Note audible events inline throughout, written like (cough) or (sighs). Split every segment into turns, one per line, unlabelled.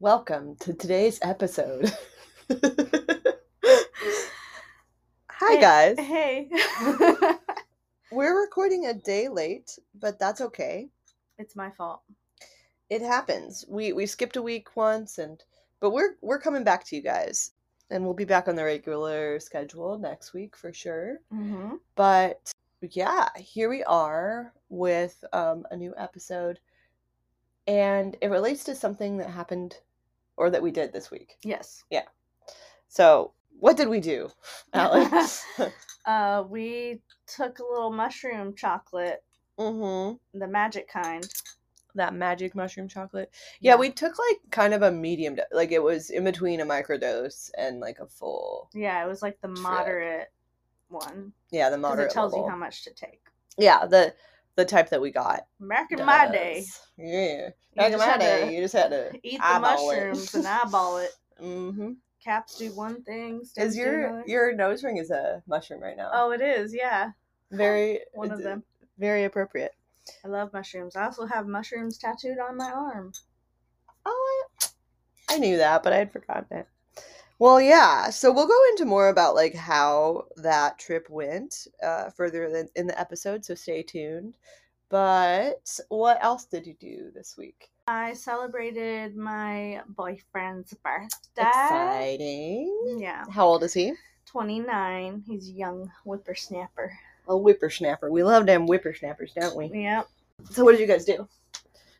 Welcome to today's episode. (laughs) Hi,
Hey.
guys.
Hey.
(laughs) We're recording a day late, but that's okay.
it's my fault.
It happens. We we skipped a week once and but we're we're coming back to you guys. And we'll be back on the regular schedule next week for sure.
Mm-hmm.
But yeah, here we are with um, a new episode. And it relates to something that happened or that we did this week.
Yes.
So, what did we do, Alex? (laughs)
Uh, we took a little mushroom chocolate,
mm-hmm.
the magic kind.
That magic mushroom chocolate. Yeah, we took like kind of a medium, do- like it was in between a microdose and like a full.
Yeah, it was like the
Trip.
moderate one.
Yeah, the
'cause
moderate
it tells
level.
you how much to take.
Yeah, the the type that we got.
Back in my
Yes.
day,
Yeah.
you
Back in
just
my
had
day,
to
you just had to
eat the
eyeball it.
mushrooms and eyeball it.
(laughs) Mm-hmm.
Caps do one thing. stems
Is
do
your
another.
your nose ring is a mushroom right now?
Oh, it is. Yeah,
very
one of
it's
them.
Very appropriate.
I love mushrooms. I also have mushrooms tattooed on my arm.
Oh, I, I knew that, but I had forgotten it. Well, yeah. So we'll go into more about like how that trip went uh, further than in the episode. So stay tuned. But what else did you do this week?
I celebrated my boyfriend's birthday.
Exciting.
Yeah,
How old is he?
29. He's a young whippersnapper.
A whippersnapper. We love damn whippersnappers, don't we?
Yep.
So what did you guys do?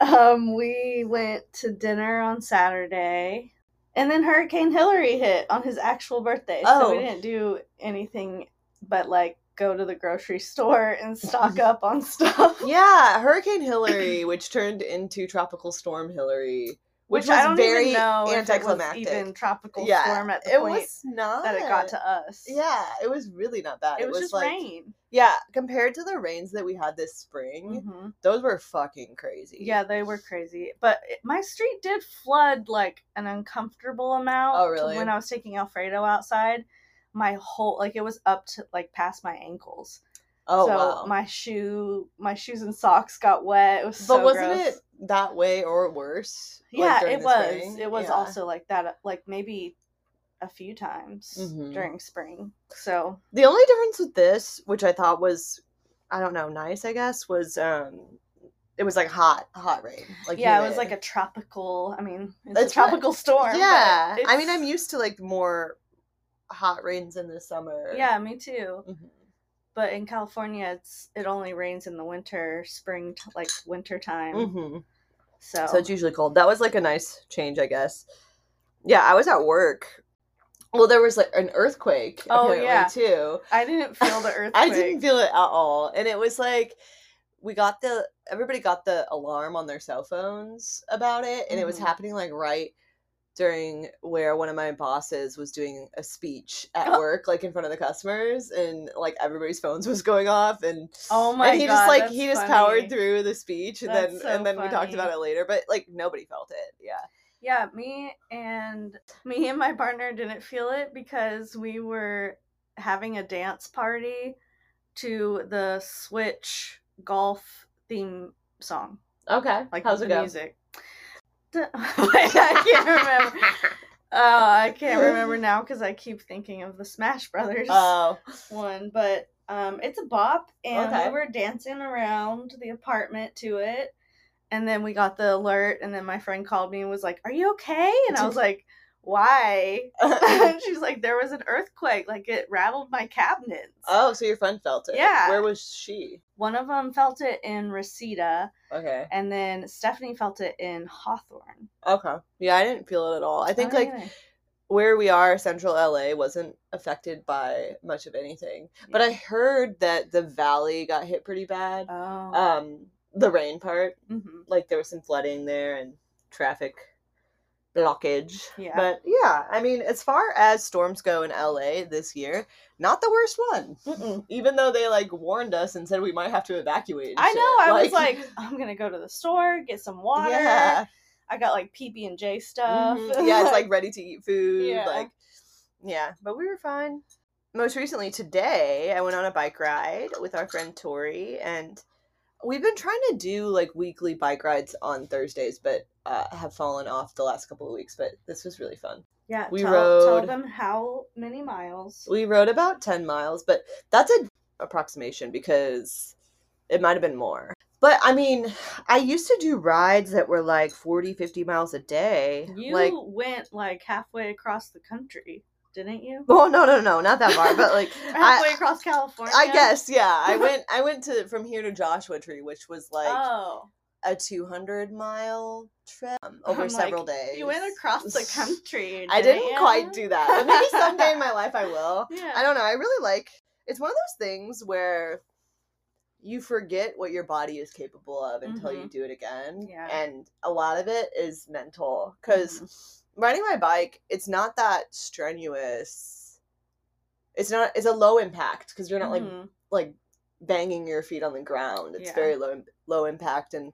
Um, we went to dinner on Saturday, and then Hurricane Hillary hit on his actual birthday. So
Oh.
we didn't do anything but like go to the grocery (laughs) store and stock up on stuff.
Yeah, Hurricane Hillary, which turned into Tropical Storm Hillary, (laughs) which, was
I don't
very
even know if it was
anticlimactic.
even tropical
yeah,
storm at the
it
point
was not
that it got to us.
Yeah, it was really not bad.
It, was, just
like,
rain.
Yeah, compared to the rains that we had this spring,
hmm
those were fucking crazy.
Yeah, they were crazy. But it- my street did flood like an uncomfortable amount.
Oh,
to
really?
When I was taking Alfredo outside, my whole like it was up to like past my ankles.
Oh
so
wow.
my shoe, my shoes and socks got wet. It was
but
so
wasn't
gross.
it that way or worse? like,
Yeah,
during
it
the
was.
spring?
It was
Yeah.
also like that. Like maybe a few times
Mhm.
during spring. So
the only difference with this, which I thought was, I don't know, nice. I guess was um, it was like hot, hot rain. Like
yeah, it was like
humid.
a tropical. I mean, it's,
It's
a
what-
tropical (laughs) storm. but
Yeah, I mean,
it's-
I'm used to like more hot rains in the summer.
Yeah, me too.
Mhm.
but in California, it's it only rains in the winter, spring, t- like winter time.
Mhm.
So,
So it's usually cold. That was like a nice change, I guess. Yeah, I was at work. Well, there was like an earthquake
Oh,
apparently
yeah.
too.
I didn't feel the
(laughs)
earthquake.
I didn't feel it at all. And it was like we got the everybody got the alarm on their cell phones about it and it was
Mhm.
happening like right during where one of my bosses was doing a speech at
Oh.
work like in front of the customers and like everybody's phones was going off and
Oh my
and he
god!
just like
that's
he just
funny.
powered through the speech and
That's
then
so
and then we talked about
funny.
it later but like nobody felt it yeah
Yeah, me and me and my partner didn't feel it because we were having a dance party to the Switch golf theme song.
Okay.
Like
how's
the
it go?
music. (laughs) I can't remember.
(laughs)
Oh, I can't remember now because I keep thinking of the Smash Brothers. (laughs)
Oh, (laughs)
one, but um, it's a bop, and
Okay.
we were dancing around the apartment to it. And then we got the alert, and then my friend called me and was like, "Are you okay?" And I was like, "Why?" (laughs) and she was like, "There was an earthquake. Like it rattled my cabinets.
oh, so your friend felt it.
Yeah.
Where was she?
One of them felt it in Reseda,
Okay.
and then Stephanie felt it in Hawthorne. Oh,
Okay. Yeah, I didn't feel it at all. I think like
don't know.
where we are, central LA wasn't affected by much of anything. But I heard that the valley got hit pretty bad.
oh,
Um, the rain part,
mhm.
like there was some flooding there and traffic blockage.
Yeah.
But yeah, I mean, as far as storms go in LA this year, not the worst one.
Mm-mm.
Even though they like warned us and said we might have to evacuate. and
I
shit.
know. I
(laughs)
was like, I'm gonna go to the store, get some water.
yeah,
I got like PB and J stuff. (laughs)
mhm. yeah, it's like ready to eat food.
Yeah.
Like, yeah, but we were fine. Most recently today, I went on a bike ride with our friend Tori, and We've been trying to do like weekly bike rides on Thursdays, but uh, have fallen off the last couple of weeks. But this was really fun.
Yeah,
We
tell,
rode-
tell them how many miles.
We rode about 10 miles, but that's an approximation because it might have been more. But I mean, I used to do rides that were like 40, 50 miles a day.
You
Like,
went like halfway across the country, didn't you?
well, no, no, no, not that far,
(laughs)
but like,
Or halfway
I,
across California.
I guess, yeah.
(laughs)
I went, I went to from here to Joshua Tree, which was like
oh,
a 200 mile trip um, over
I'm like,
several days.
you went
(laughs)
across the country.
I didn't
ya?
quite do that, but maybe someday in
(laughs)
my life I will.
Yeah.
I don't know. I really like. It's one of those things where you forget what your body is capable of until you do it again.
Mm-hmm. Yeah.
And a lot of it is mental because
Mm-hmm.
riding my bike, it's not that strenuous. It's not. It's a low impact because you're not like
Mhm.
like banging your feet on the ground. It's
Yeah.
very low low impact and.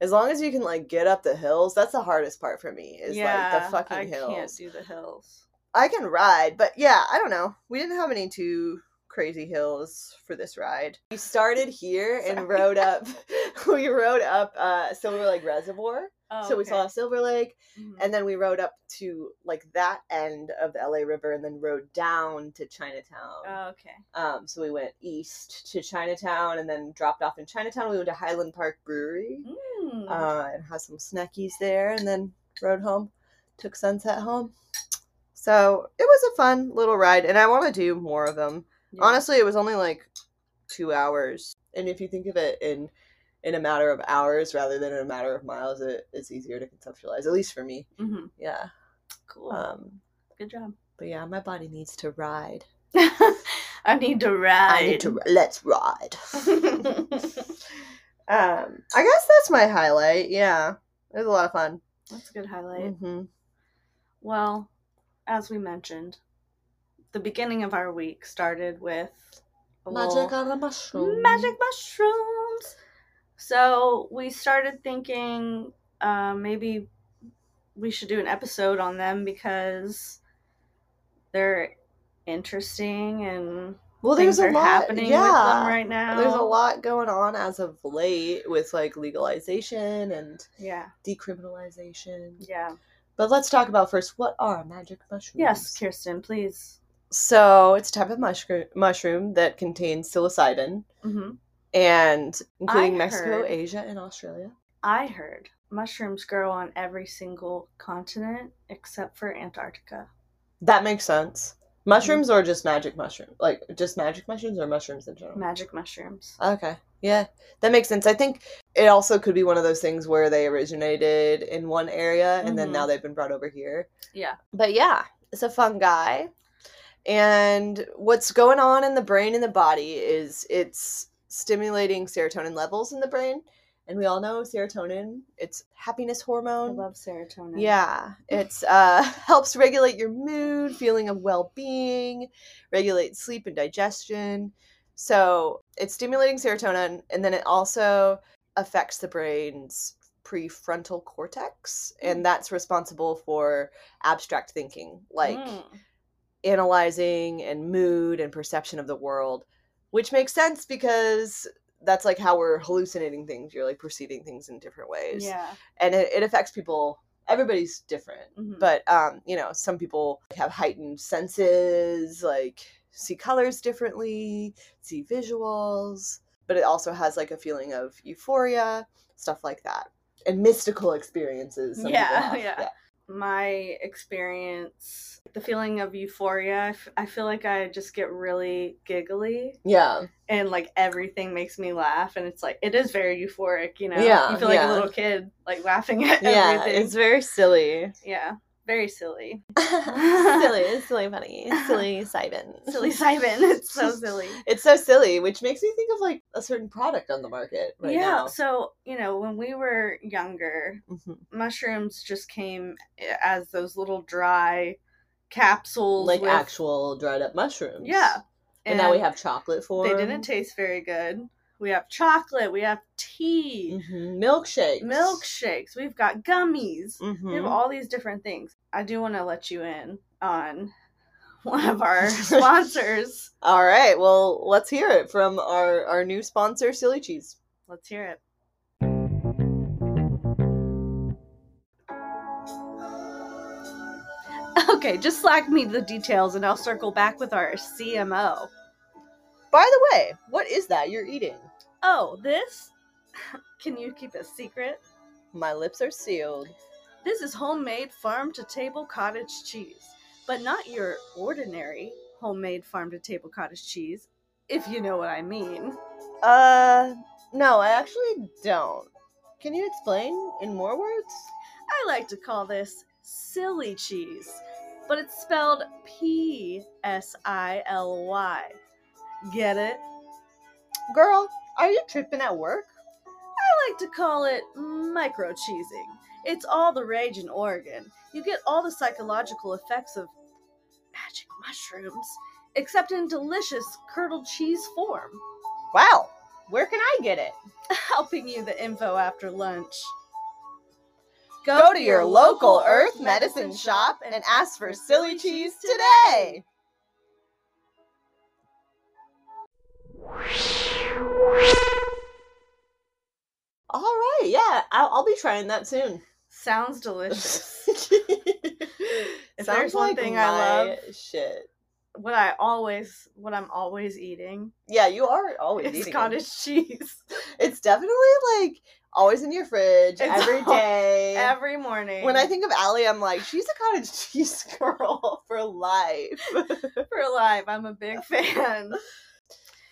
As long as you can like get up the hills, that's the hardest part for me. Is like
Yeah,
the fucking
I
hills.
can't do the hills.
I can ride, but yeah, I don't know. We didn't have any too crazy hills for this ride. We started here and
Sorry.
rode up. (laughs) we rode up uh, Silver Lake Reservoir,
Oh,
so we
okay.
saw Silver Lake,
Mhm.
and then we rode up to like that end of the LA River, and then rode down to Chinatown.
Oh, okay.
Um, so we went east to Chinatown, and then dropped off in Chinatown. We went to Highland Park Brewery
Mm.
uh, and had some snackies there, and then rode home, took sunset home. So it was a fun little ride, and I want to do more of them.
Yeah.
Honestly, it was only like two hours, and if you think of it in in a matter of hours rather than in a matter of miles, it is easier to conceptualize, at least for me.
Mhm.
Yeah.
cool.
Um,
Good job. (laughs)
but yeah, my body needs to ride.
I need to ride.
I need to. ri- Let's ride.
(laughs)
(laughs)
That's
um, I guess that's my highlight. Yeah, it was a lot of fun.
a good highlight.
hmm
Well, as we mentioned, the beginning of our week started with a
Magic
little
on a mushroom.
magic mushrooms. So we started thinking uh, maybe we should do an episode on them because they're interesting and
Well,
things
there's a
are
lot
happening
yeah,
with them right now.
There's a lot going on as of late with like legalization and
Yeah,
decriminalization.
yeah.
But let's talk about first what are magic mushrooms?
Yes, Kirsten, please.
So it's a type of mushroom mushroom that contains psilocybin
hmm
and including
I
Mexico,
heard-
Asia, and Australia.
I heard mushrooms grow on every single continent except for Antarctica.
That makes sense.
Mm-hmm.
Mushrooms or just magic mushroom? Like just magic mushrooms or mushrooms in general?
Magic mushrooms.
Okay. Yeah. That makes sense. I think it also could be one of those things where they originated in one area and then
Mhm.
now they've been brought over here.
Yeah.
But yeah, it's a fungi. And what's going on in the brain and the body is it's stimulating serotonin levels in the brain. And we all know serotonin, it's happiness
I
hormone.
love serotonin.
Yeah, it's uh (laughs) helps regulate your mood, feeling of well-being, regulate sleep and digestion. So, it's stimulating serotonin and then it also affects the brain's prefrontal cortex and that's responsible for abstract thinking, like
Mm.
analyzing and mood and perception of the world, which makes sense because that's like how we're hallucinating things. You're like perceiving things in different ways
Yeah.
and it, it affects people everybody's different
Mhm.
but um you know some people have heightened senses like see colors differently see visuals but it also has like a feeling of euphoria stuff like that and mystical experiences some people
Yeah,
have,
yeah. my experience, the feeling of euphoria, I, f- I feel like I just get really giggly
yeah
and like everything makes me laugh. And it's like, it is very euphoric, you know?
Yeah,
You feel like
yeah.
a little kid, like laughing (laughs) at
yeah
everything.
it's very
(laughs)
silly
yeah. Very silly.
silly it's silly funny It's
(laughs)
silly Simon.
Silly Simon.
(laughs)
It's so silly.
it's so silly which makes me think of like a certain product on the market right
yeah.
now
So, you know, when we were younger,
Mhm.
mushrooms just came eh, as those little dry capsules
like
with-
actual dried up mushrooms
yeah
and, now we have chocolate for
they didn't taste very good we have chocolate we have tea
hmm milkshakes.
milkshakes we've got gummies we have
Mhm.
all these different things i do want to let you in on (laughs) one of
(laughs)
our sponsors
All right, well, let's hear it from our our new sponsor, Silly Cheese.
Let's hear it. Okay, just slack me the details and I'll circle back with our CMO.
By the way, what is that you're eating?
Oh, this? (laughs) Can you keep a secret?
My lips are sealed.
This is homemade farm to table cottage cheese, but not your ordinary homemade farm to table cottage cheese, if you know what I mean.
Uh, no, I actually don't. Can you explain in more words?
I like to call this silly cheese, but it's spelled P S I L Y. Get it?
Girl, are you tripping at work?
I like to call it micro cheesing. It's all the rage in Oregon. You get all the psychological effects of magic mushrooms, except in delicious curdled cheese form. (laughs)
Wow, where can I get it?
Helping you the info after lunch.
Go to your local Earth Medicine shop and ask for silly cheese today. All right, yeah, I'll, I'll be trying that
(laughs)
soon. (laughs)
Sounds delicious.
if
there's one thing I love-
shit.
what I always, what I'm always eating
Yeah, you are always
is
eating it.
cottage (laughs) cheese
It's definitely like always in your fridge
It's
every
all-
day.
every morning.
when I think of Allie, I'm like, she's a cottage (laughs) cheese girl (laughs) for life.
for life, I'm a (laughs) big fan.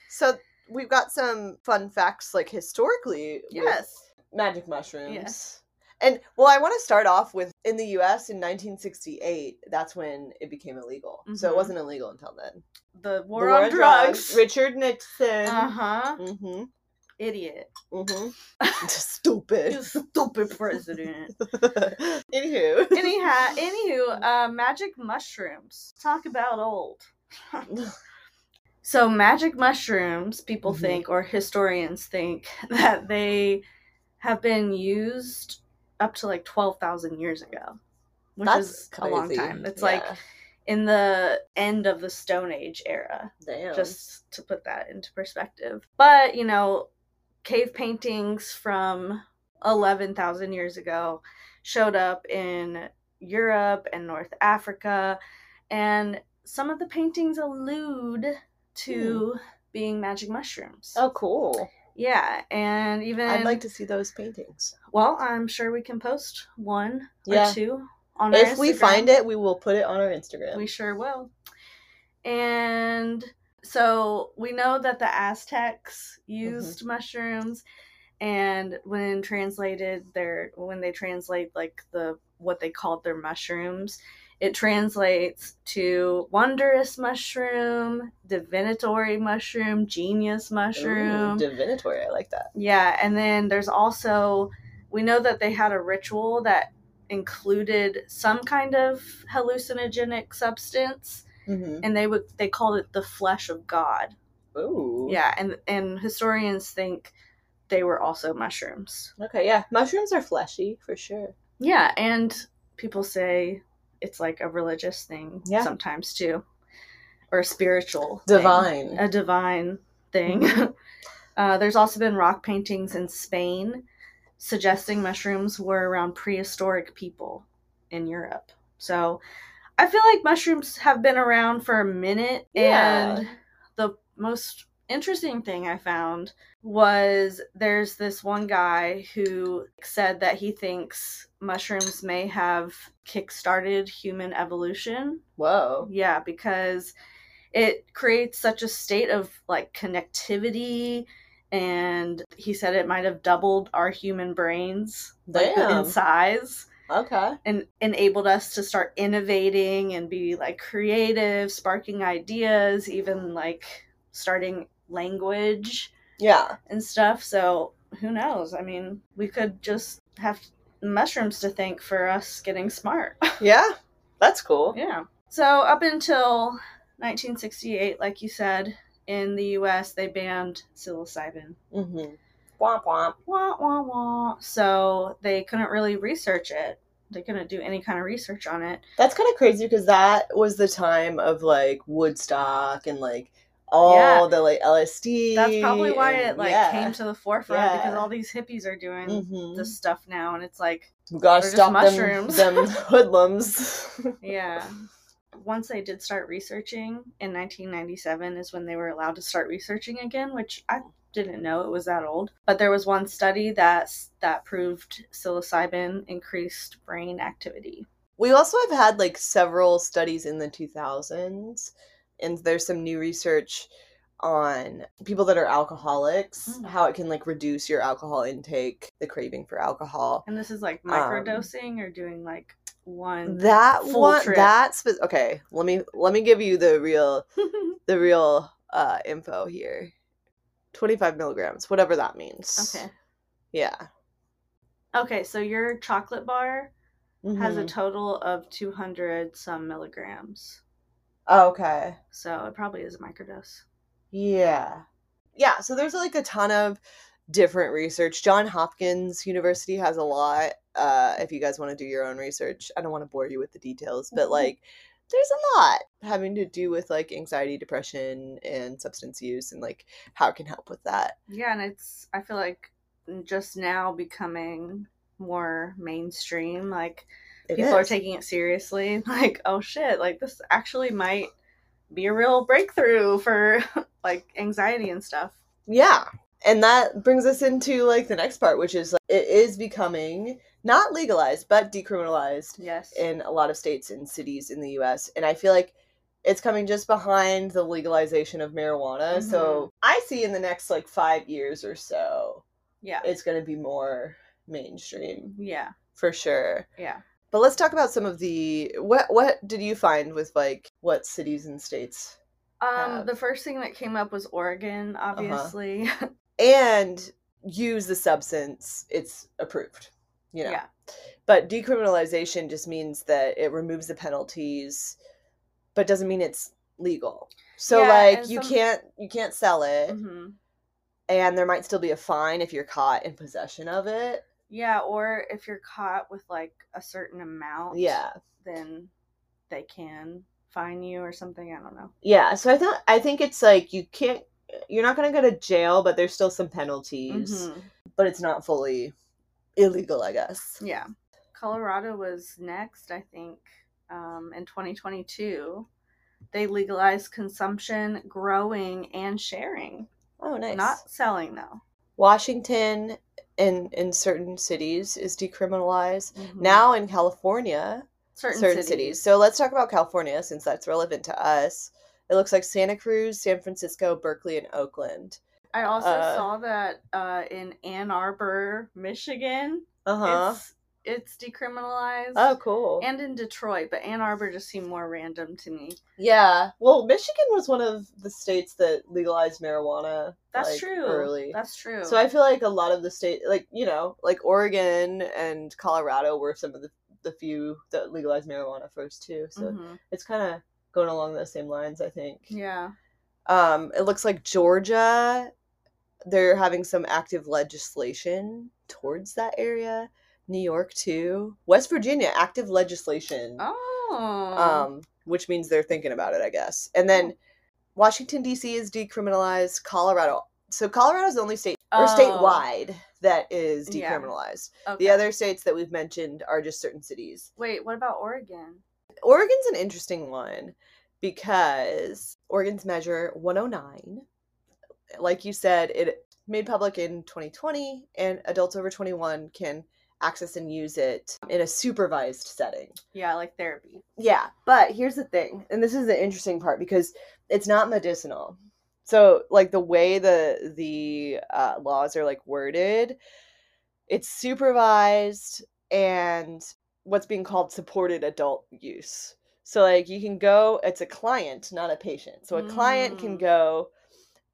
so we've got some fun facts, like historically, with
Yes.
magic mushrooms.
Yes.
And well, I want to start off with in the U.S. in 1968. That's when it became illegal. So
Mhm.
it wasn't illegal until then.
The war,
The
on, drugs.
Richard Nixon.
Uh huh.
Mm-hmm.
Idiot. (laughs)
Mm-hmm. (laughs) Stupid.
You stupid president.
(laughs) Anywho. (laughs)
anyhow, anywho, uh, magic mushrooms. Talk
(laughs)
about old. So magic mushrooms, people
Mhm.
think, or historians think, (laughs) that they have been used up to like twelve thousand years ago, which is a long
crazy.
time. It's like
Yeah.
in the end of the Stone Age era,
damn.
just to put that into perspective. But you know, cave paintings from eleven thousand years ago showed up in Europe and North Africa, and some of the paintings allude to being magic mushrooms.
Hmm. oh cool.
Yeah, and even
I'd like to see those paintings.
well, I'm sure we can post one
Yeah.
or two on our
If we
Instagram.
find it, we will put it on our Instagram.
We sure will. And so we know that the Aztecs used mushrooms and when translated their when they translate like the what they called their mushrooms, it translates to wondrous mushroom, divinatory mushroom, genius
Ooh,
mushroom.
divinatory. I like that.
Yeah, and then there's also we know that they had a ritual that included some kind of hallucinogenic substance
Mm-hmm.
and they would they called it the flesh of god.
Ooh.
Yeah, and and historians think they were also mushrooms.
Okay. Yeah. Mushrooms are fleshy for sure.
Yeah, and people say it's like a religious thing
Yeah.
sometimes too or a spiritual thing.
Divine.
a divine thing. (laughs) uh, there's also been rock paintings in Spain suggesting mushrooms were around prehistoric people in Europe. So I feel like mushrooms have been around for a minute.
Yeah.
And the most interesting thing I found was there's this one guy who said that he thinks mushrooms may have kickstarted human evolution.
Whoa.
Yeah, because it creates such a state of like connectivity and he said it might have doubled our human brains like the- in
Damn.
size
Okay.
and enabled us to start innovating and be like creative, sparking ideas, even like starting language
Yeah.
and stuff. So, who knows? I mean, we could just have mushrooms to thank for us getting smart.
Yeah. That's cool.
Yeah. So up until 1968, like you said, in the U.S. they banned psilocybin.
Mm-hmm. Womp womp.
Wah wah wah. So they couldn't really research it. They couldn't do any kind of research on it.
That's kind of crazy because that was the time of like Woodstock and like all the like LSD.
That's probably why
and-
it like
yeah.
came to the forefront because
Yeah.
all these hippies are doing
Mhm.
this stuff now, and it's like,
We gotta
They're just
stop them,
mushrooms.
them (laughs) hoodlums.
yeah. Once they did start researching in 1997 is when they were allowed to start researching again, which I didn't know it was that old. But there was one study that that proved psilocybin increased brain activity.
we also have had like several studies in the 2000s, and there's some new research on people that are alcoholics,
Mm.
how it can like reduce your alcohol intake, the craving for alcohol.
And this is like
Um,
microdosing or doing like one.
that
full
one
trip.
that's okay let me let me give you the real
(laughs)
the real uh info here 25 milligrams whatever that means
okay.
yeah
Okay, so your chocolate bar has a
Mhm.
total of 200 some milligrams.
okay
So it probably is a microdose.
yeah yeah so there's like a ton of different research john hopkins university has a lot uh if you guys want to do your own research i don't want to bore you with the details but
Mhm.
like there's a lot having to do with like anxiety depression and substance use and like how it can help with that
Yeah, and it's, I feel like mm, just now becoming more mainstream. Like
It
people are
is.
taking it seriously. (laughs) Like, oh shit, like this actually might be a real breakthrough for (laughs) like anxiety and stuff.
yeah and that brings us into like the next part which is like, it is becoming not legalized but decriminalized
Yes.
in a lot of states and cities in the us and i feel like it's coming just behind the legalization of marijuana so i see in the next like five years or so
yeah.
it's going to be more mainstream
Yeah.
for sure
Yeah.
but let's talk about some of the what what did you find with like what cities and states
Um,
Have. Uh-huh.
the first thing that came up was Oregon, obviously. (laughs)
and use the substance it's approved you know
yeah.
but decriminalization just means that it removes the penalties but doesn't mean it's legal so
Yeah,
like
and
you
some-
can't you can't sell it
hmm
and there might still be a fine if you're caught in possession of it
Yeah, or if you're caught with like a certain amount,
yeah
then they can fine you or something. I don't know.
yeah so i thought i think it's like you can't you're not going to go to jail but there's still some penalties
Mhm.
but it's not fully illegal i guess
Yeah, Colorado was next, I think, um, in 2022. They legalized consumption, growing, and sharing.
oh nice
Not selling though.
washington in in certain cities is decriminalized
Mhm.
now in california certain, cities. So let's talk about California since that's relevant to us. It looks like Santa Cruz, San Francisco, Berkeley, and Oakland.
I also
uh,
saw that uh, in Ann Arbor, Michigan,
Uh huh.
it's it's decriminalized.
Oh, cool.
and in Detroit, but Ann Arbor just seemed more random to me.
yeah. Well, Michigan was one of the states that legalized marijuana.
That's
like,
true.
Early.
That's true.
so I feel like a lot of the state, like you know, like Oregon and Colorado were some of the the few that legalized marijuana first too. So
Mhm.
it's kind of going along those same lines, I think.
yeah,
Um, it looks like Georgia, they're having some active legislation towards that area. New York too. West Virginia, active legislation.
oh,
Um, which means they're thinking about it, I guess. And then Washington D.C. is decriminalized. Colorado. So Colorado's the only state or
Oh.
statewide that is
Yeah.
decriminalized.
Okay.
The other states that we've mentioned are just certain cities.
Wait, what about Oregon?
Oregon's an interesting one because Oregon's Measure 109, like you said, it made public in 2020, and adults over 21 can access and use it in a supervised setting.
Yeah, like therapy.
Yeah, but here's the thing, and this is the interesting part because it's not medicinal. So, like the way the the uh, laws are like worded, it's supervised and what's being called supported adult use. So, like you can go; it's a client, not a patient. So, a client can
Mm.
go,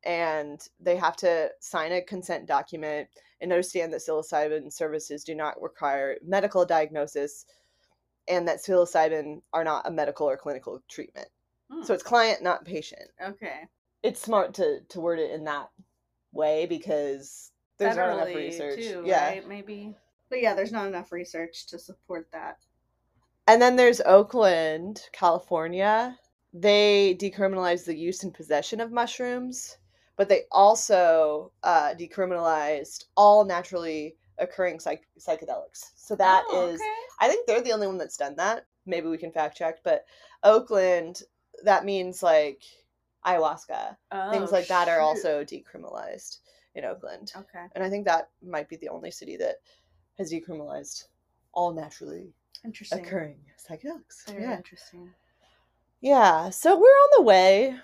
and they have to sign a consent document and understand that psilocybin services do not require medical diagnosis and that psilocybin are not a medical or clinical treatment.
Hmm,
So it's client, not patient.
okay.
It's smart to, to word it in that way because there's not enough
Federally,
research.
too,
yeah.
right? maybe. But yeah, there's not enough research to support that.
And then there's Oakland, California. they decriminalized the use and possession of mushrooms, but they also uh, decriminalized all naturally occurring psych- psychedelics. So that is.
Oh, okay.
I think they're the only one that's done that. Maybe we can fact check, but Oakland, that means like ayahuasca. Things
Oh,
like that are
shoot.
also decriminalized in Oakland.
Okay.
And I think that might be the only city that has decriminalized all naturally
Interesting.
occurring psychedelics.
Very
Yeah.
interesting.
Yeah. So we're on the way.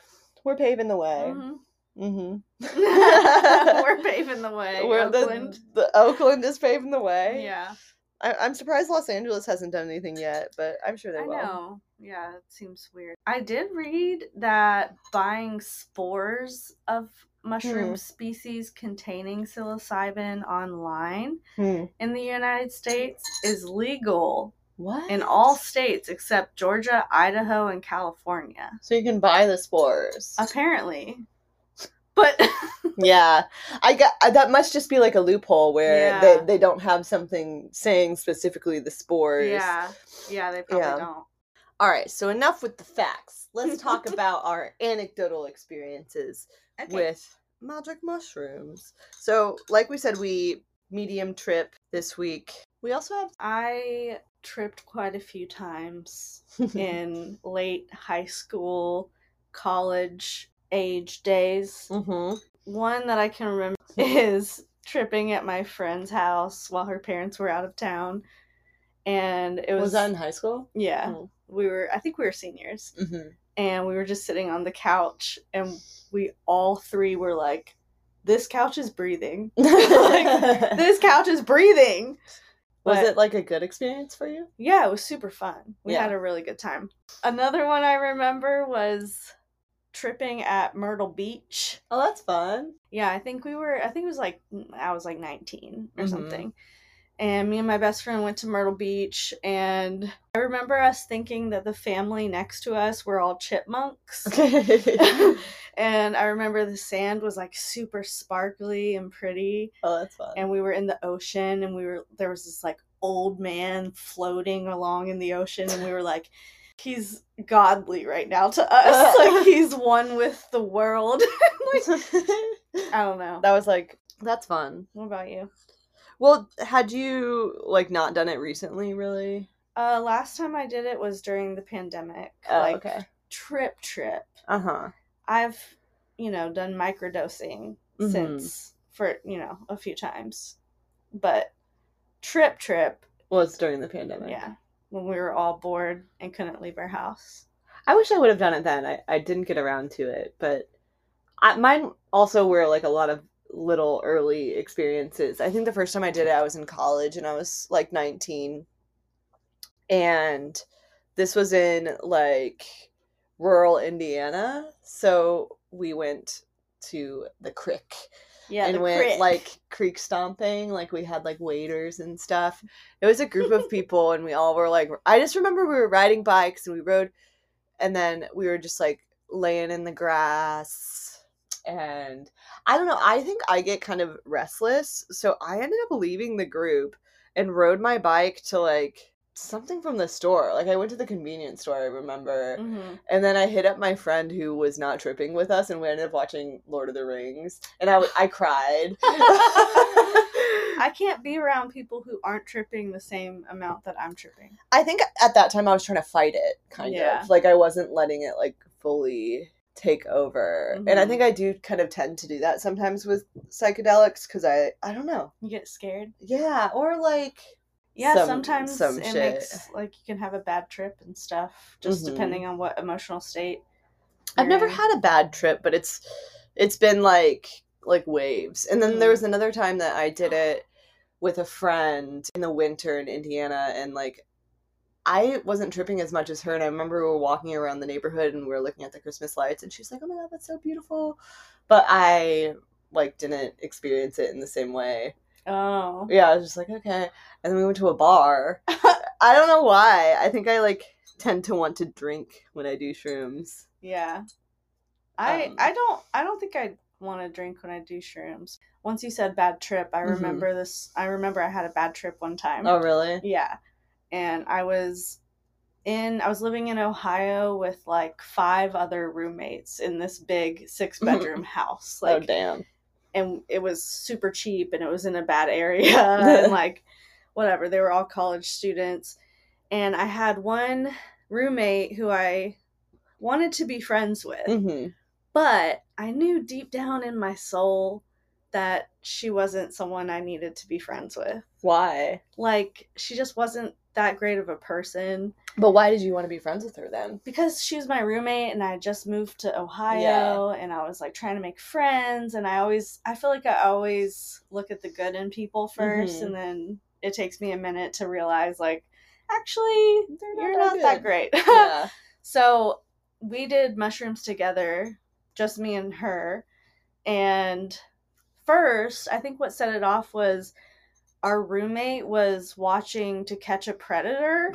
We're paving the (laughs) way. (laughs)
Mhm.
Mm-hmm.
(laughs)
(laughs)
We're paving the way.
We're the- (laughs)
Oakland.
The, Oakland is paving the way.
Yeah.
I, I'm surprised Los Angeles hasn't done anything yet, but I'm sure they
I
will.
know. Yeah, it seems weird. I did read that buying spores of mushroom
Hmm.
species containing psilocybin online
Hmm.
in the United States is legal
What?
in all states except Georgia, Idaho, and California.
So you can buy the spores.
(laughs) Apparently. But (laughs)
yeah, I got I- that must just be like a loophole where
Yeah.
they, they don't have something saying specifically the spores.
yeah, yeah, they probably
Yeah.
don't.
All right, so enough with the facts. (laughs) Let's talk about our anecdotal experiences
Okay.
with magic mushrooms. So, like we said, we medium trip this (laughs) week. We also have
I tripped quite a
(laughs)
few times in late high school, college age days.
hmm
One that I
(laughs)
can remember is tripping at my friend's house while her parents were out of town. And it
was,
was,
that in high school?
yeah.
Oh.
We were I think we were seniors
Mm-hmm. (laughs)
and we were just sitting on the couch and we all three were like this couch is breathing. This couch is breathing.
(laughs) was
But-
it like a good experience for you?
Yeah, it was super fun. We
Yeah.
had a really good time. Another one I remember was tripping at Myrtle Beach.
Oh, that's fun.
Yeah, I think we were, I think it was like, mm, I was like 19 or
Mhm.
something. And me and my best friend went to Myrtle Beach. And I remember us thinking that the family next to us were all chipmunks.
(laughs) oh,
and I remember the sand was like super sparkly and pretty.
Oh, that's fun.
And we were in the ocean and we were, there was this like old man floating along in the ocean. And we were like, he's godly right now to
(laughs)
us. like he's one with the world. (laughs) I don't know.
that was like that's fun.
What about you?
Well, had you like not done it recently, really?
Uh, last time I did it was during the pandemic.
Oh,
like
okay.
trip, trip.
Uh huh.
I've you know done microdosing
Mhm.
since for you know a few times, but trip, trip.
Well, it's during the pandemic.
Yeah, when we were all bored and couldn't leave our house.
I wish I would have done it then. I, I didn't get around to it, but I, mine also were like a lot of little early experiences. I think the first time I did it, I was in college and I was like 19. And this was in like rural Indiana. So we went to the crick
Yeah,
and
the
went
crit. (laughs)
like creek stomping. Like we had like waiters and stuff. It was a group
(laughs)
of people, and we all were like, I just remember we were riding bikes and we rode, and then we were just like laying in the grass. And I don't know, I think I get kind of restless. So I ended up leaving the group and rode my bike to like something from the store. Like I went to the convenience store, I remember.
Mhm.
And then I hit up my friend who was not tripping with us, and we ended up watching Lord of the Rings, and I, w- I cried. (laughs)
I can't be around people who aren't tripping the same amount that I'm tripping.
I think at that time I was trying to fight it, kind
Yeah.
of like I wasn't letting it like fully take over, and I
Mhm.
think I do kind of tend to do that sometimes with psychedelics because I I don't know,
You get scared.
yeah, or like
Yeah,
some-
sometimes
some
it
shit.
makes like you can have a bad trip and stuff, just
Mhm.
depending on what emotional state.
I've never
you're in.
had a bad trip, but it's it's been like like waves. And then there
Mhm.
was another time that I did it with a friend in the winter in Indiana and like I wasn't tripping as much as her and I remember we were walking around the neighborhood and we were looking at the Christmas lights and she's like, "Oh my god, that's so beautiful." But I like didn't experience it in the same way.
Oh,
Yeah, I was just like, "Okay." And then we went to a bar. (laughs) I don't know why. I think I like tend to want to drink when I do shrooms.
yeah. I
Um,
I don't I don't think I want to drink when I do shrooms. Once you said bad trip, I
Mhm.
remember this. I remember I had a bad trip one time.
Oh, really?
Yeah, and I was in I was living in Ohio with like five other roommates in this big six bedroom house. Like
oh damn.
and it was super cheap and it was in a bad area (laughs) and like whatever they were all college students and i had one roommate who i wanted to be friends with
Mhm.
but i knew deep down in my soul that she wasn't someone i needed to be friends with
Why?
like she just wasn't that great of a person
But why did you want to be friends with her then?
because she was my roommate and I had just moved to Ohio and I was like trying to make friends and I always I feel like I always look at the good in people 1st
Mhm.
and then it takes me a minute to realize like actually
They're
you're not that great. (laughs)
yeah.
so we did mushrooms together, just me and her. And first, I think what set it off was our roommate was watching to catch
(laughs)
a predator. and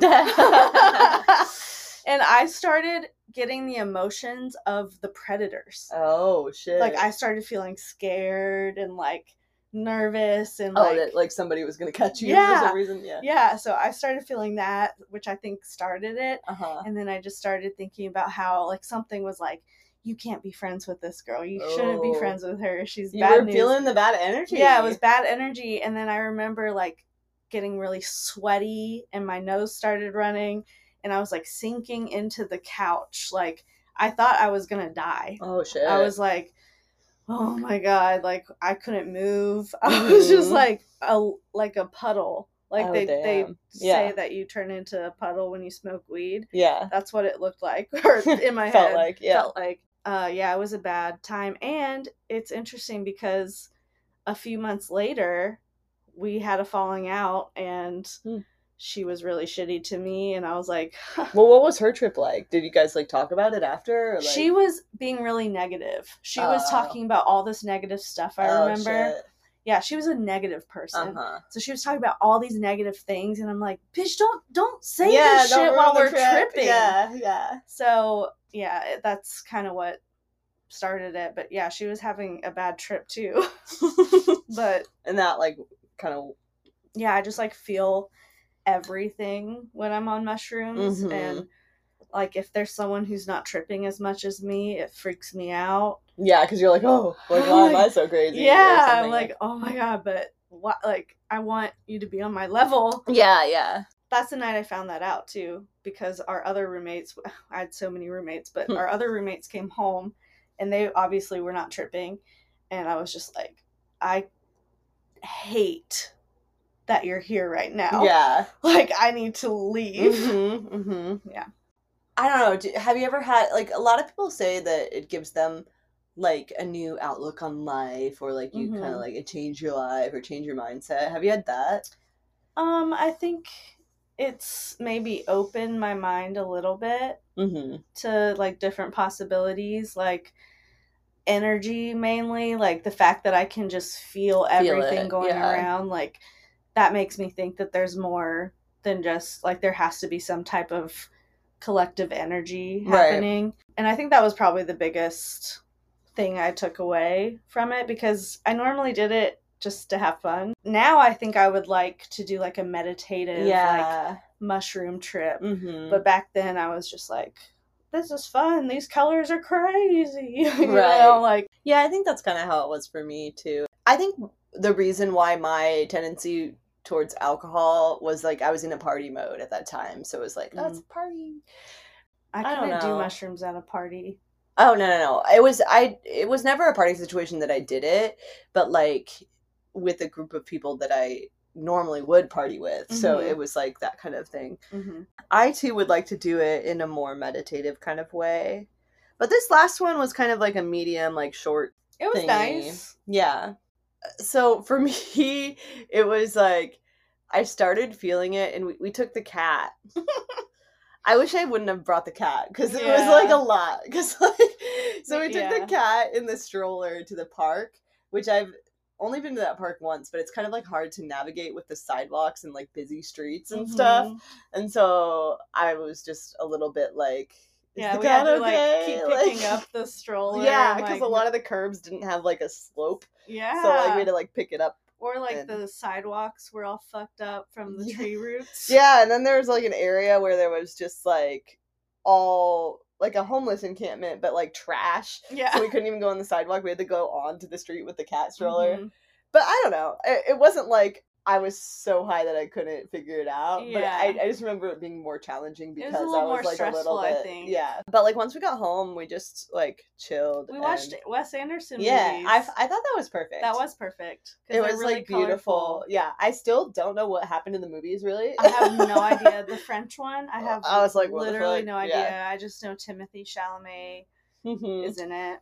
I started getting the emotions of the predators.
oh shit.
Like I started feeling scared and like nervous and
Oh,
like,
that like somebody was gonna catch you for
Yeah.
some reason. Yeah.
yeah, so I started feeling that, which I think started it.
Uh huh.
And then I just started thinking about how like something was like you can't be friends with this girl. You shouldn't be
Oh.
friends with her. She's
You
bad
were
news.
feeling the bad energy.
Yeah, it was bad energy. And then I remember like getting really sweaty and my nose started running and I was like sinking into the couch. Like I thought I was gonna die.
Oh shit.
I was like, oh my god, like I couldn't move. (laughs) I was just
Mhm.
like a like a puddle. Like
Oh,
they they
damn.
say
Yeah.
that you turn into a puddle when you smoke weed.
Yeah.
That's what it looked like, (laughs) or in
(laughs)
my
Felt
head
like yeah.
felt like uh yeah it was a bad time and it's interesting because a few months later we had a falling out and
Hmm.
she was really shitty to me and i was like,
Well, what was her trip like? Did you guys like talk about it after? Or, like,
she was being really negative she was
Oh.
talking about all this negative stuff i
Oh,
remember yeah she was a negative person
Uh-huh.
so she was talking about all these negative things and i'm like bitch don't don't say
yeah,
this shit
don't
while we're
ruin the trip.
tripping
Yeah,
(laughs)
yeah.
So yeah, it- that's kind of what started it. But yeah, she was having a bad trip too. (laughs) but
And that like kind of
yeah, I just like feel everything when I'm on mushrooms
Mhm.
and like if there's someone who's not tripping as much as me, it freaks me out.
yeah, because you're like, oh, like why am I so crazy? or
yeah, I'm
something.
like, oh my god, but what like I want you to be on my level.
yeah, yeah.
That's the night I found that out too, because our other roommates (sighs) I had so many roommates, but
Hmm.
our other roommates came home and they obviously were not tripping. And I was just like, I hate that you're here right now.
Yeah.
(laughs) Like, I need to leave.
Mm-hmm, (laughs) mm-hmm.
Yeah.
I don't know. Do, have you ever had like a lot of people say that it gives them like a new outlook on life, or like you kind of
Mhm.
like it changed your life or change your mindset? Have you had that?
Um, I think it's maybe opened my mind a little bit
Mm-hmm.
to like different possibilities, like energy mainly, like the fact that I can just feel everything
it,
going
yeah.
around, like that makes me think that there's more than just like there has to be some type of collective energy
Right.
happening. And I think that was probably the biggest thing I took away from it because I normally did it just to have fun. Now I think I would like to do like a meditative like
Yeah.
mushroom trip
mm-hmm.
but back then I was just like, this is fun. These colors are crazy. (laughs) you
Right.
know, like
Yeah, I think that's kind of how it was for me too. I think the reason why my tendency towards alcohol was like I was in a party mode at that time, so it was like, oh, it's a party.
I
I don't
couldn't do
know.
mushrooms at a party.
Oh no, no, no! It was I. It was never a party situation that I did it, but like with a group of people that I normally would party with, so
Mhm.
it was like that kind of thing.
hmm
I too would like to do it in a more meditative kind of way, but this last one was kind of like a medium, like short
It was
Thingy.
nice.
Yeah. So for (laughs) me, it was like I started feeling it, and we, we took the
(laughs)
cat. I wish I wouldn't have brought the cat because it was like
Yeah.
a lot. (laughs) Because like, so we took
Yeah.
the cat in the stroller to the park, which I've only been to that park once, but it's kind of like hard to navigate with the sidewalks and like busy streets and stuff.
Mhm.
And so I was just a little bit like, is
Yeah,
the
we
cat
had to
okay? (laughs)
like keep picking
Like,
up the stroller.
Yeah,
and,
because
like,
a lot of the curbs didn't have like a slope
yeah.
so like we had to like pick it up
Or like
Then-
the sidewalks were all fucked up from the
Yeah.
tree
(laughs)
roots.
Yeah, and then there was like an area where there was just like all like a homeless encampment, but like trash. So
Yeah.
we couldn't even go on the sidewalk. We had to go onto the street with the cat stroller.
Mhm.
But I don't know. It, it wasn't like I was so high that I couldn't figure it out. But
Yeah.
I, I just remember it being more challenging
was a
because
little
I
more
was like a
stressful,
little
I
bit.
think.
Yeah. But like once we got home, we just like chilled.
We watched
and-
Wes Anderson
Yeah,
movies.
I, f- I thought that was perfect.
that was perfect. 'cause
it
they're
was like beautiful.
colorful.
Yeah, I still don't know what happened in the movies. Really,
I have
(laughs)
no idea. The French one, I have
I was like, what the
literally
fuck?
no
Yeah.
idea. I just know Timothy Chalamet
Mhm.
is
(laughs)
in it.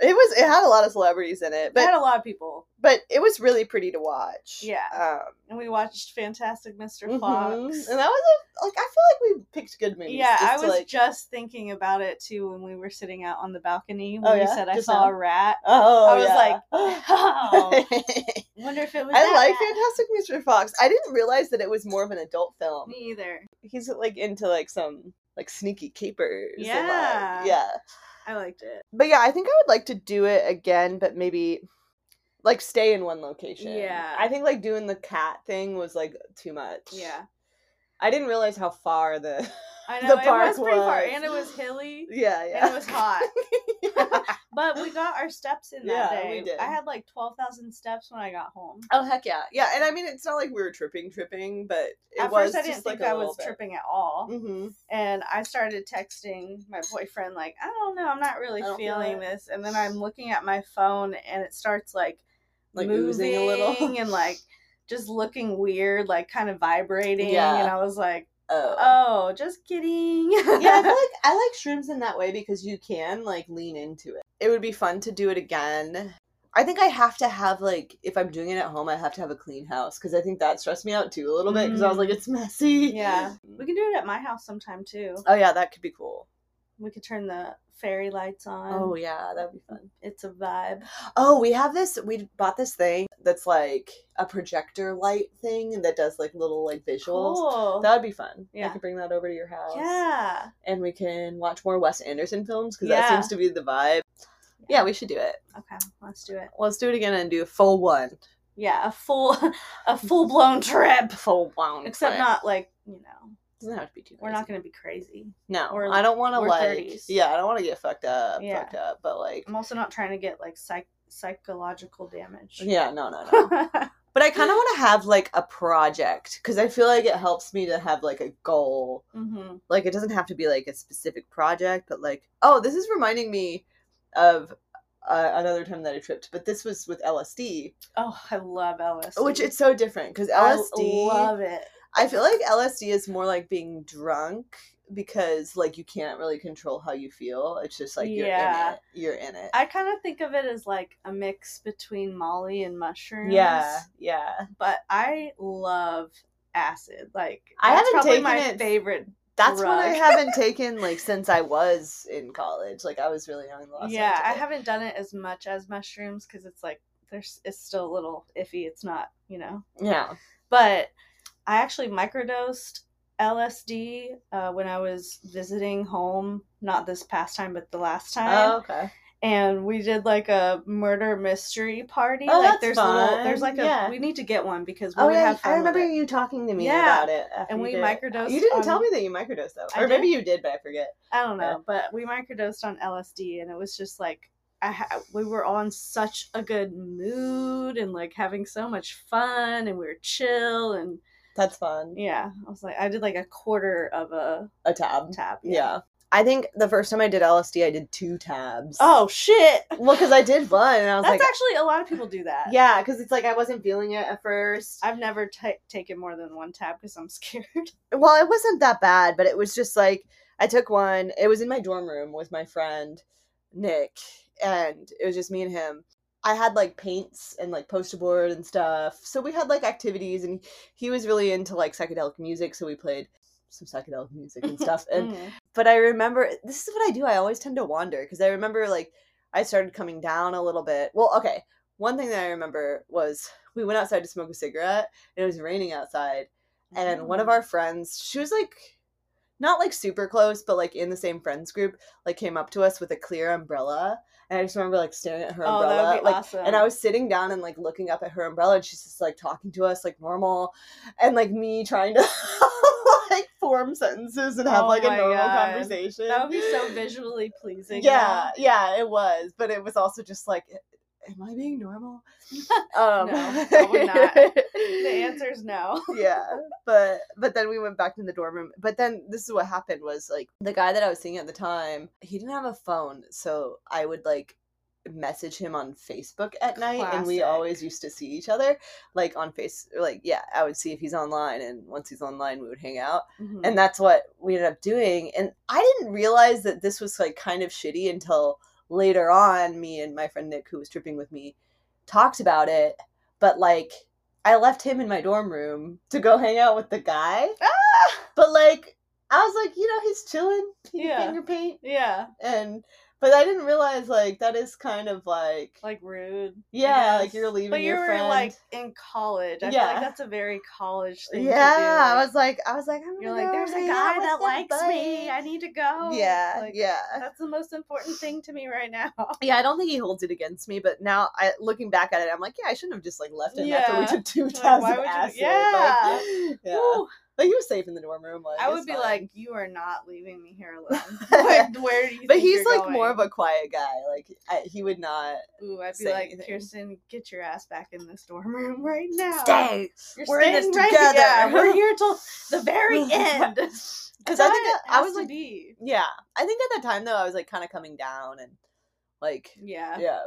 It was. It had a lot of celebrities in it,
They had
but
a lot of people.
but it was really pretty to watch.
Yeah.
Um,
And we watched Fantastic mister
mhm.
Fox.
and that was a, like I feel like we picked good movies.
Yeah,
just
I
to,
was
like-
just thinking about it too when we were sitting out on the balcony when
Oh,
you
yeah?
said I
Just
saw
now?
a rat.
Oh,
I was
yeah. (laughs)
like, oh, wonder if it was.
I
that
like
rat.
Fantastic Mr. Fox. I didn't realize that it was more of an adult film.
Me either.
He's like into like some like sneaky capers. and, like,
Yeah.
yeah.
I liked it.
But yeah, I think I would like to do it again, but maybe like stay in one location.
Yeah.
I think like doing the cat thing was like too much.
Yeah,
I didn't realize how far the (laughs)
I
The
know
park
it was pretty far,
was-
and it was hilly,
Yeah, yeah.
and it was
(laughs)
(laughs) hot. But we got our steps in that
Yeah,
day.
we did.
I had like twelve thousand steps when I got home.
oh heck yeah. Yeah, and I mean it's not like we were tripping tripping, but it
At
was
first, I didn't
just like
think
a
I
little
was
bit.
tripping at all,
Mhm.
and I started texting my boyfriend like, I don't know, I'm not really
I don't feel
feeling
it.
this, and then I'm looking at my phone, and it starts like,
Like
moving
oozing a little.
and like just looking weird, like kind of vibrating,
Yeah.
and I was like,
(laughs) Oh.
oh, just kidding.
yeah,
(laughs)
I feel like I like shrooms in that way because you can like lean into it. It would be fun to do it again. I think I have to have like if I'm doing it at home, I have to have a clean house because I think that stressed me out too a little bit because I was like it's messy.
Mm. Yeah. We can do it at my house sometime too.
Oh yeah, that could be cool.
We could turn the fairy lights on.
Oh yeah, that'd be fun.
It's a vibe.
Oh, we have this. We bought this thing that's like a projector light thing that does like little like visuals.
Cool.
That would be fun. I
Yeah.
could bring that over to your house.
Oh, yeah.
And we can watch more Wes Anderson films because that
Yeah.
seems to be the vibe. yeah, we should do it.
Okay, let's do it.
Let's do it again and do a full one.
Yeah, a full (laughs)
(laughs)
a full blown trip.
Full blown.
Except
trip.
not like, you know,
Doesn't have to be too.
we're not gonna be crazy.
No,
we're-
I don't want to
we're
like.
30s.
Yeah, I don't want to get fucked up.
Yeah.
Fucked up, but like.
I'm also not trying to get like psych psychological damage. (laughs) Mm-hmm.
Yeah, no, no, no. but I kind of want to have like a project because I feel like it helps me to have like a goal.
hmm
Like it doesn't have to be like a specific project, but like oh, this is reminding me of. Uh, another time that I tripped, but this was with LSD,
Oh, I love LSD.
which it's so different because
I
LSD.
love it.
I feel like LSD is more like being drunk because like you can't really control how you feel. It's just like you're in
Yeah.
it. You're in it.
I kind of think of it as like a mix between Molly and mushrooms.
yeah, yeah.
But I love acid. Like
I
that's
haven't
probably
taken
my
it-
favorite.
That's what I
Drug. (laughs)
haven't taken like since I was in college. Like I was really young the last time
yeah,
took
I
it.
haven't done it as much as mushrooms because it's like there's it's still a little iffy. It's not you know,
Yeah.
but I actually microdosed LSD uh, when I was visiting home. Not this past time, but the last time.
Oh, okay.
and we did like a murder mystery party.
Oh,
like
that's
there's
fun.
little there's like
Yeah.
a we need to get one because we
Oh
would
yeah,
have fun.
I remember
with it.
you talking to me
Yeah,
about it. after
and
you
we
did it.
microdosed
You didn't tell
on-
me that you microdosed though,
I
or maybe you did, but I forget.
I don't
Yeah.
know, but we microdosed on LSD and it was just like I ha- we were on such a good mood and like having so much fun and we were chill and
That's fun.
yeah, I was like I did like a quarter of a
A tab.
tab.
Yeah. I think the first time I did LSD, I did two tabs.
Oh shit.
well, because I did one, and I was
That's
like,
actually a lot of people do that.
Yeah, because it's like I wasn't feeling it at first.
I've never ta taken more than one tab because I'm (laughs) scared.
Well, it wasn't that bad, but it was just like I took one. It was in my dorm room with my friend Nick, and it was just me and him. I had like paints and like poster board and stuff. So we had like activities, and he was really into like psychedelic music, so we played some psychedelic music and stuff. And
Mm.
but I remember this is what I do. I always tend to wander because I remember like I started coming down a little bit. Well, okay. One thing that I remember was we went outside to
Mm.
smoke a cigarette and it was raining outside. And one of our friends, she was like, not like super close, but like in the same friends group, like came up to us with a clear umbrella. And I just remember like staring at her
Oh, that would
umbrella.
be
like
awesome.
and I was sitting down and like looking up at her umbrella and she's just like talking to us like normal and like me trying to (laughs) like form sentences and have
Oh
like a
my
normal
God.
conversation.
That would be so visually pleasing.
Yeah, yeah, it was. But it was also just like am I being
(laughs)
normal? um
No,
(laughs)
probably not. The answer is no.
yeah but but then we went back to the dorm room but then this is what happened was like the guy that i was seeing at the time he didn't have a phone so i would like message him on facebook at night and we
Classic.
always used to see each other like on face like yeah i would see if he's online and once he's online we would hang out and that's what we ended up doing and i didn't realize that this was like kind of shitty until later on me and my friend nick who was tripping with me talked about it but like i left him in my dorm room to go hang out with the guy
(laughs)
but like i was like you know he's chilling he can
(laughs) Ah! Yeah.
finger paint
yeah,
and but i didn't realize like that is kind of like,
like rude.
yeah
I
like you're
guess.
leaving
But you
your
were
friend
like in college. I feel
Yeah.
like that's a very college thing. to do,
yeah i
like,
was like i was like I'm
You're
gonna go
like, there's a guy
hang out with
that
the
likes me.
buddy."
I need to go.
yeah
Like,
yeah
That's the most important thing to me right now.
yeah, I don't think he holds it against me, but now I looking back at it, I'm like, yeah, I shouldn't have just like left him after we
Yeah.
took two
Like,
tabs
why
of
would you-
acid.
Yeah.
Like, (laughs) yeah.
Whew.
But he was safe in the dorm room. Like,
I
it's
would be
fine.
like, you are not leaving me
(laughs)
here alone. (laughs) like, where do you?
but
think
he's
you're
like more of
going?
a quiet guy. Like I, he would not
Ooh, I'd be
say
like,
anything.
Kirsten, get your ass back in this dorm room (laughs) right now. You're
We're in this
staying right-
together.
yeah, (laughs) we're here till the (laughs) very
(laughs)
end.
Because I
That
think I, I
has
was
to
like,
be.
yeah, I think at that time though, I was like kind of coming down and like
Yeah.
yeah.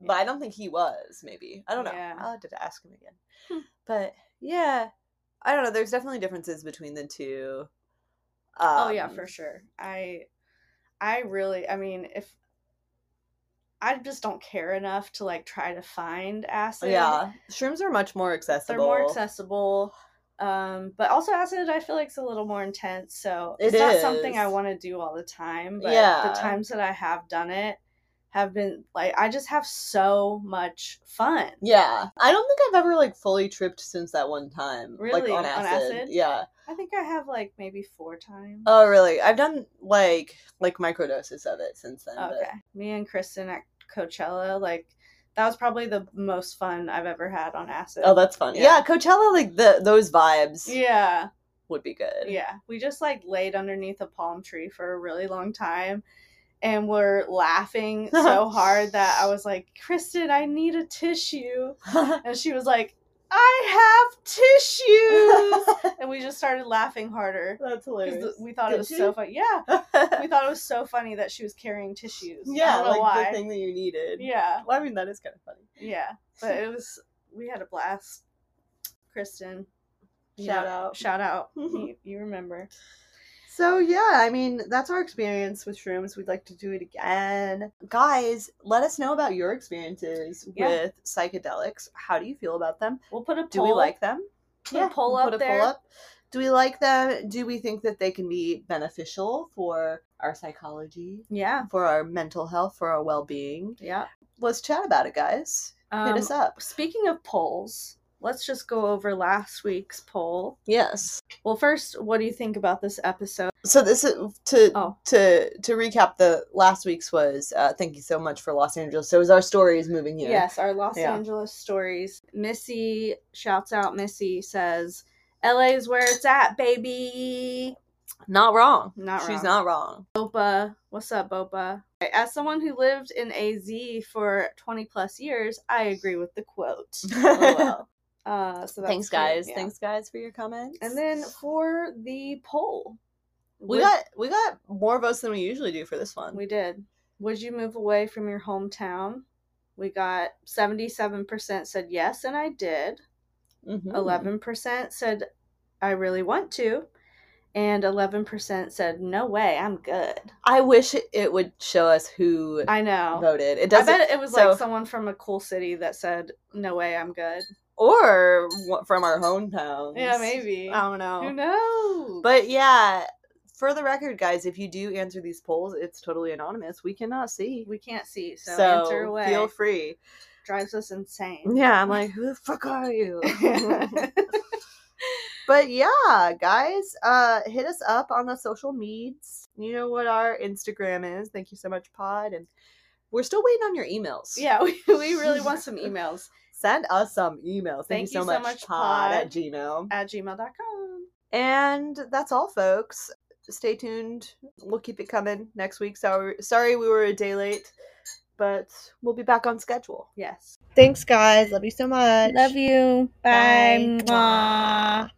But I
Yeah.
don't think he was, maybe. I don't know.
Yeah.
I'll have to ask him again.
Hmm.
But yeah. I don't know. There's definitely differences between the two.
oh yeah,
Um,
for sure. I, I really, I mean, if I just don't care enough to like try to find acid.
Yeah. Shrooms are much more accessible.
they're more accessible. Um, but also acid, I feel like it's a little more intense, so
It
it's not something I
is.
want to do all the time. But
Yeah.
the times that I have done it have been like I just have so much fun.
Yeah. I don't think I've ever like fully tripped since that one time. Like
Really?
on
On
acid.
acid?
Yeah.
I think I have like maybe four times.
Oh really? I've done like like microdoses of it since then.
Okay. Me and Kristen at Coachella, like that was probably the most fun I've ever had on acid.
But, oh that's fun. Yeah.
Yeah.
Coachella, like the those vibes
yeah.
would be good. (laughs)
Yeah. We just like laid underneath a palm tree for a really long time and were
(laughs)
laughing so hard that I was like, Kristen, I need a tissue. And she was like, I
(laughs)
have tissues. and we just started laughing harder.
that's
(laughs) 'Cause
hilarious.
we thought
Did
it was
she?
so funny. Yeah.
(laughs)
We thought it was so funny that she was carrying tissues. I
Yeah,
don't know
like
why.
the thing that you needed.
Yeah.
Well, I mean, that is kind of funny.
Yeah, but it was we had a blast. Kristen, you
Shout
know,
out.
shout (laughs) out. you, you remember?
So, yeah, I mean, that's our experience with shrooms. We'd like to do it again. Guys, let us know about your experiences
Yeah.
with psychedelics. How do you feel about them?
We'll put a poll.
Do we like them?
put a poll
we'll
up there?
Do we like them? Do we think that they can be beneficial for our psychology,
Yeah,
for our mental health, for our well being?
yeah.
Let's chat about it, guys. Hit
Um,
us up.
speaking of polls, let's just go over last week's poll.
Yes.
Well, first, what do you think about this episode?
so this is to
Oh.
to to recap the last week's was uh thank you so much for los angeles so it was our stories moving here
Yes, our Los
Yeah.
Angeles stories. Missy shouts out. Missy says, "LA is where it's at, baby."
not wrong
Not
she's
wrong.
not wrong
Bopa. What's up, Bopa? As someone who lived in AZ for 20 plus years, I agree with
(laughs)
the quote. LOL. uh, so that's
thanks
cute,
guys
yeah.
thanks guys for your comments
And then for the poll,
we
would-
got we got more votes than we usually do for this one
we did. Would you move away from your hometown? We got 77% said yes, and I did.
Mhm.
11% said I really want to. And 11% said no way, I'm good.
i wish it, it would show us who
I know.
voted it doesn't
I bet it was
so-
like someone from a cool city that said, "No way, I'm good."
or wha- from our hometown
Yeah, maybe.
i don't know
Who knows?
Oh. But yeah, for the record, guys, if you do answer these polls, it's totally anonymous. We cannot see.
we can't see, so,
So,
answer away.
feel free.
Drives us insane.
(laughs) Yeah, I'm like, who the fuck are you? but yeah, guys, uh, hit us up on the social medias. You know what our Instagram is. Thank you so much, Pod, and we're still waiting on your emails.
Yeah, we, (laughs) we really want
(laughs)
some emails
send us some emails. Thank,
Thank
you so much, pod, at Gmail.
at gmail.com.
And that's all, folks. Stay tuned. We'll keep it coming next week. Sorry, sorry we were a day late, but we'll be back on schedule.
Yes.
Thanks, guys. Love you so much.
Love you.
Bye.
Bye. Mwah.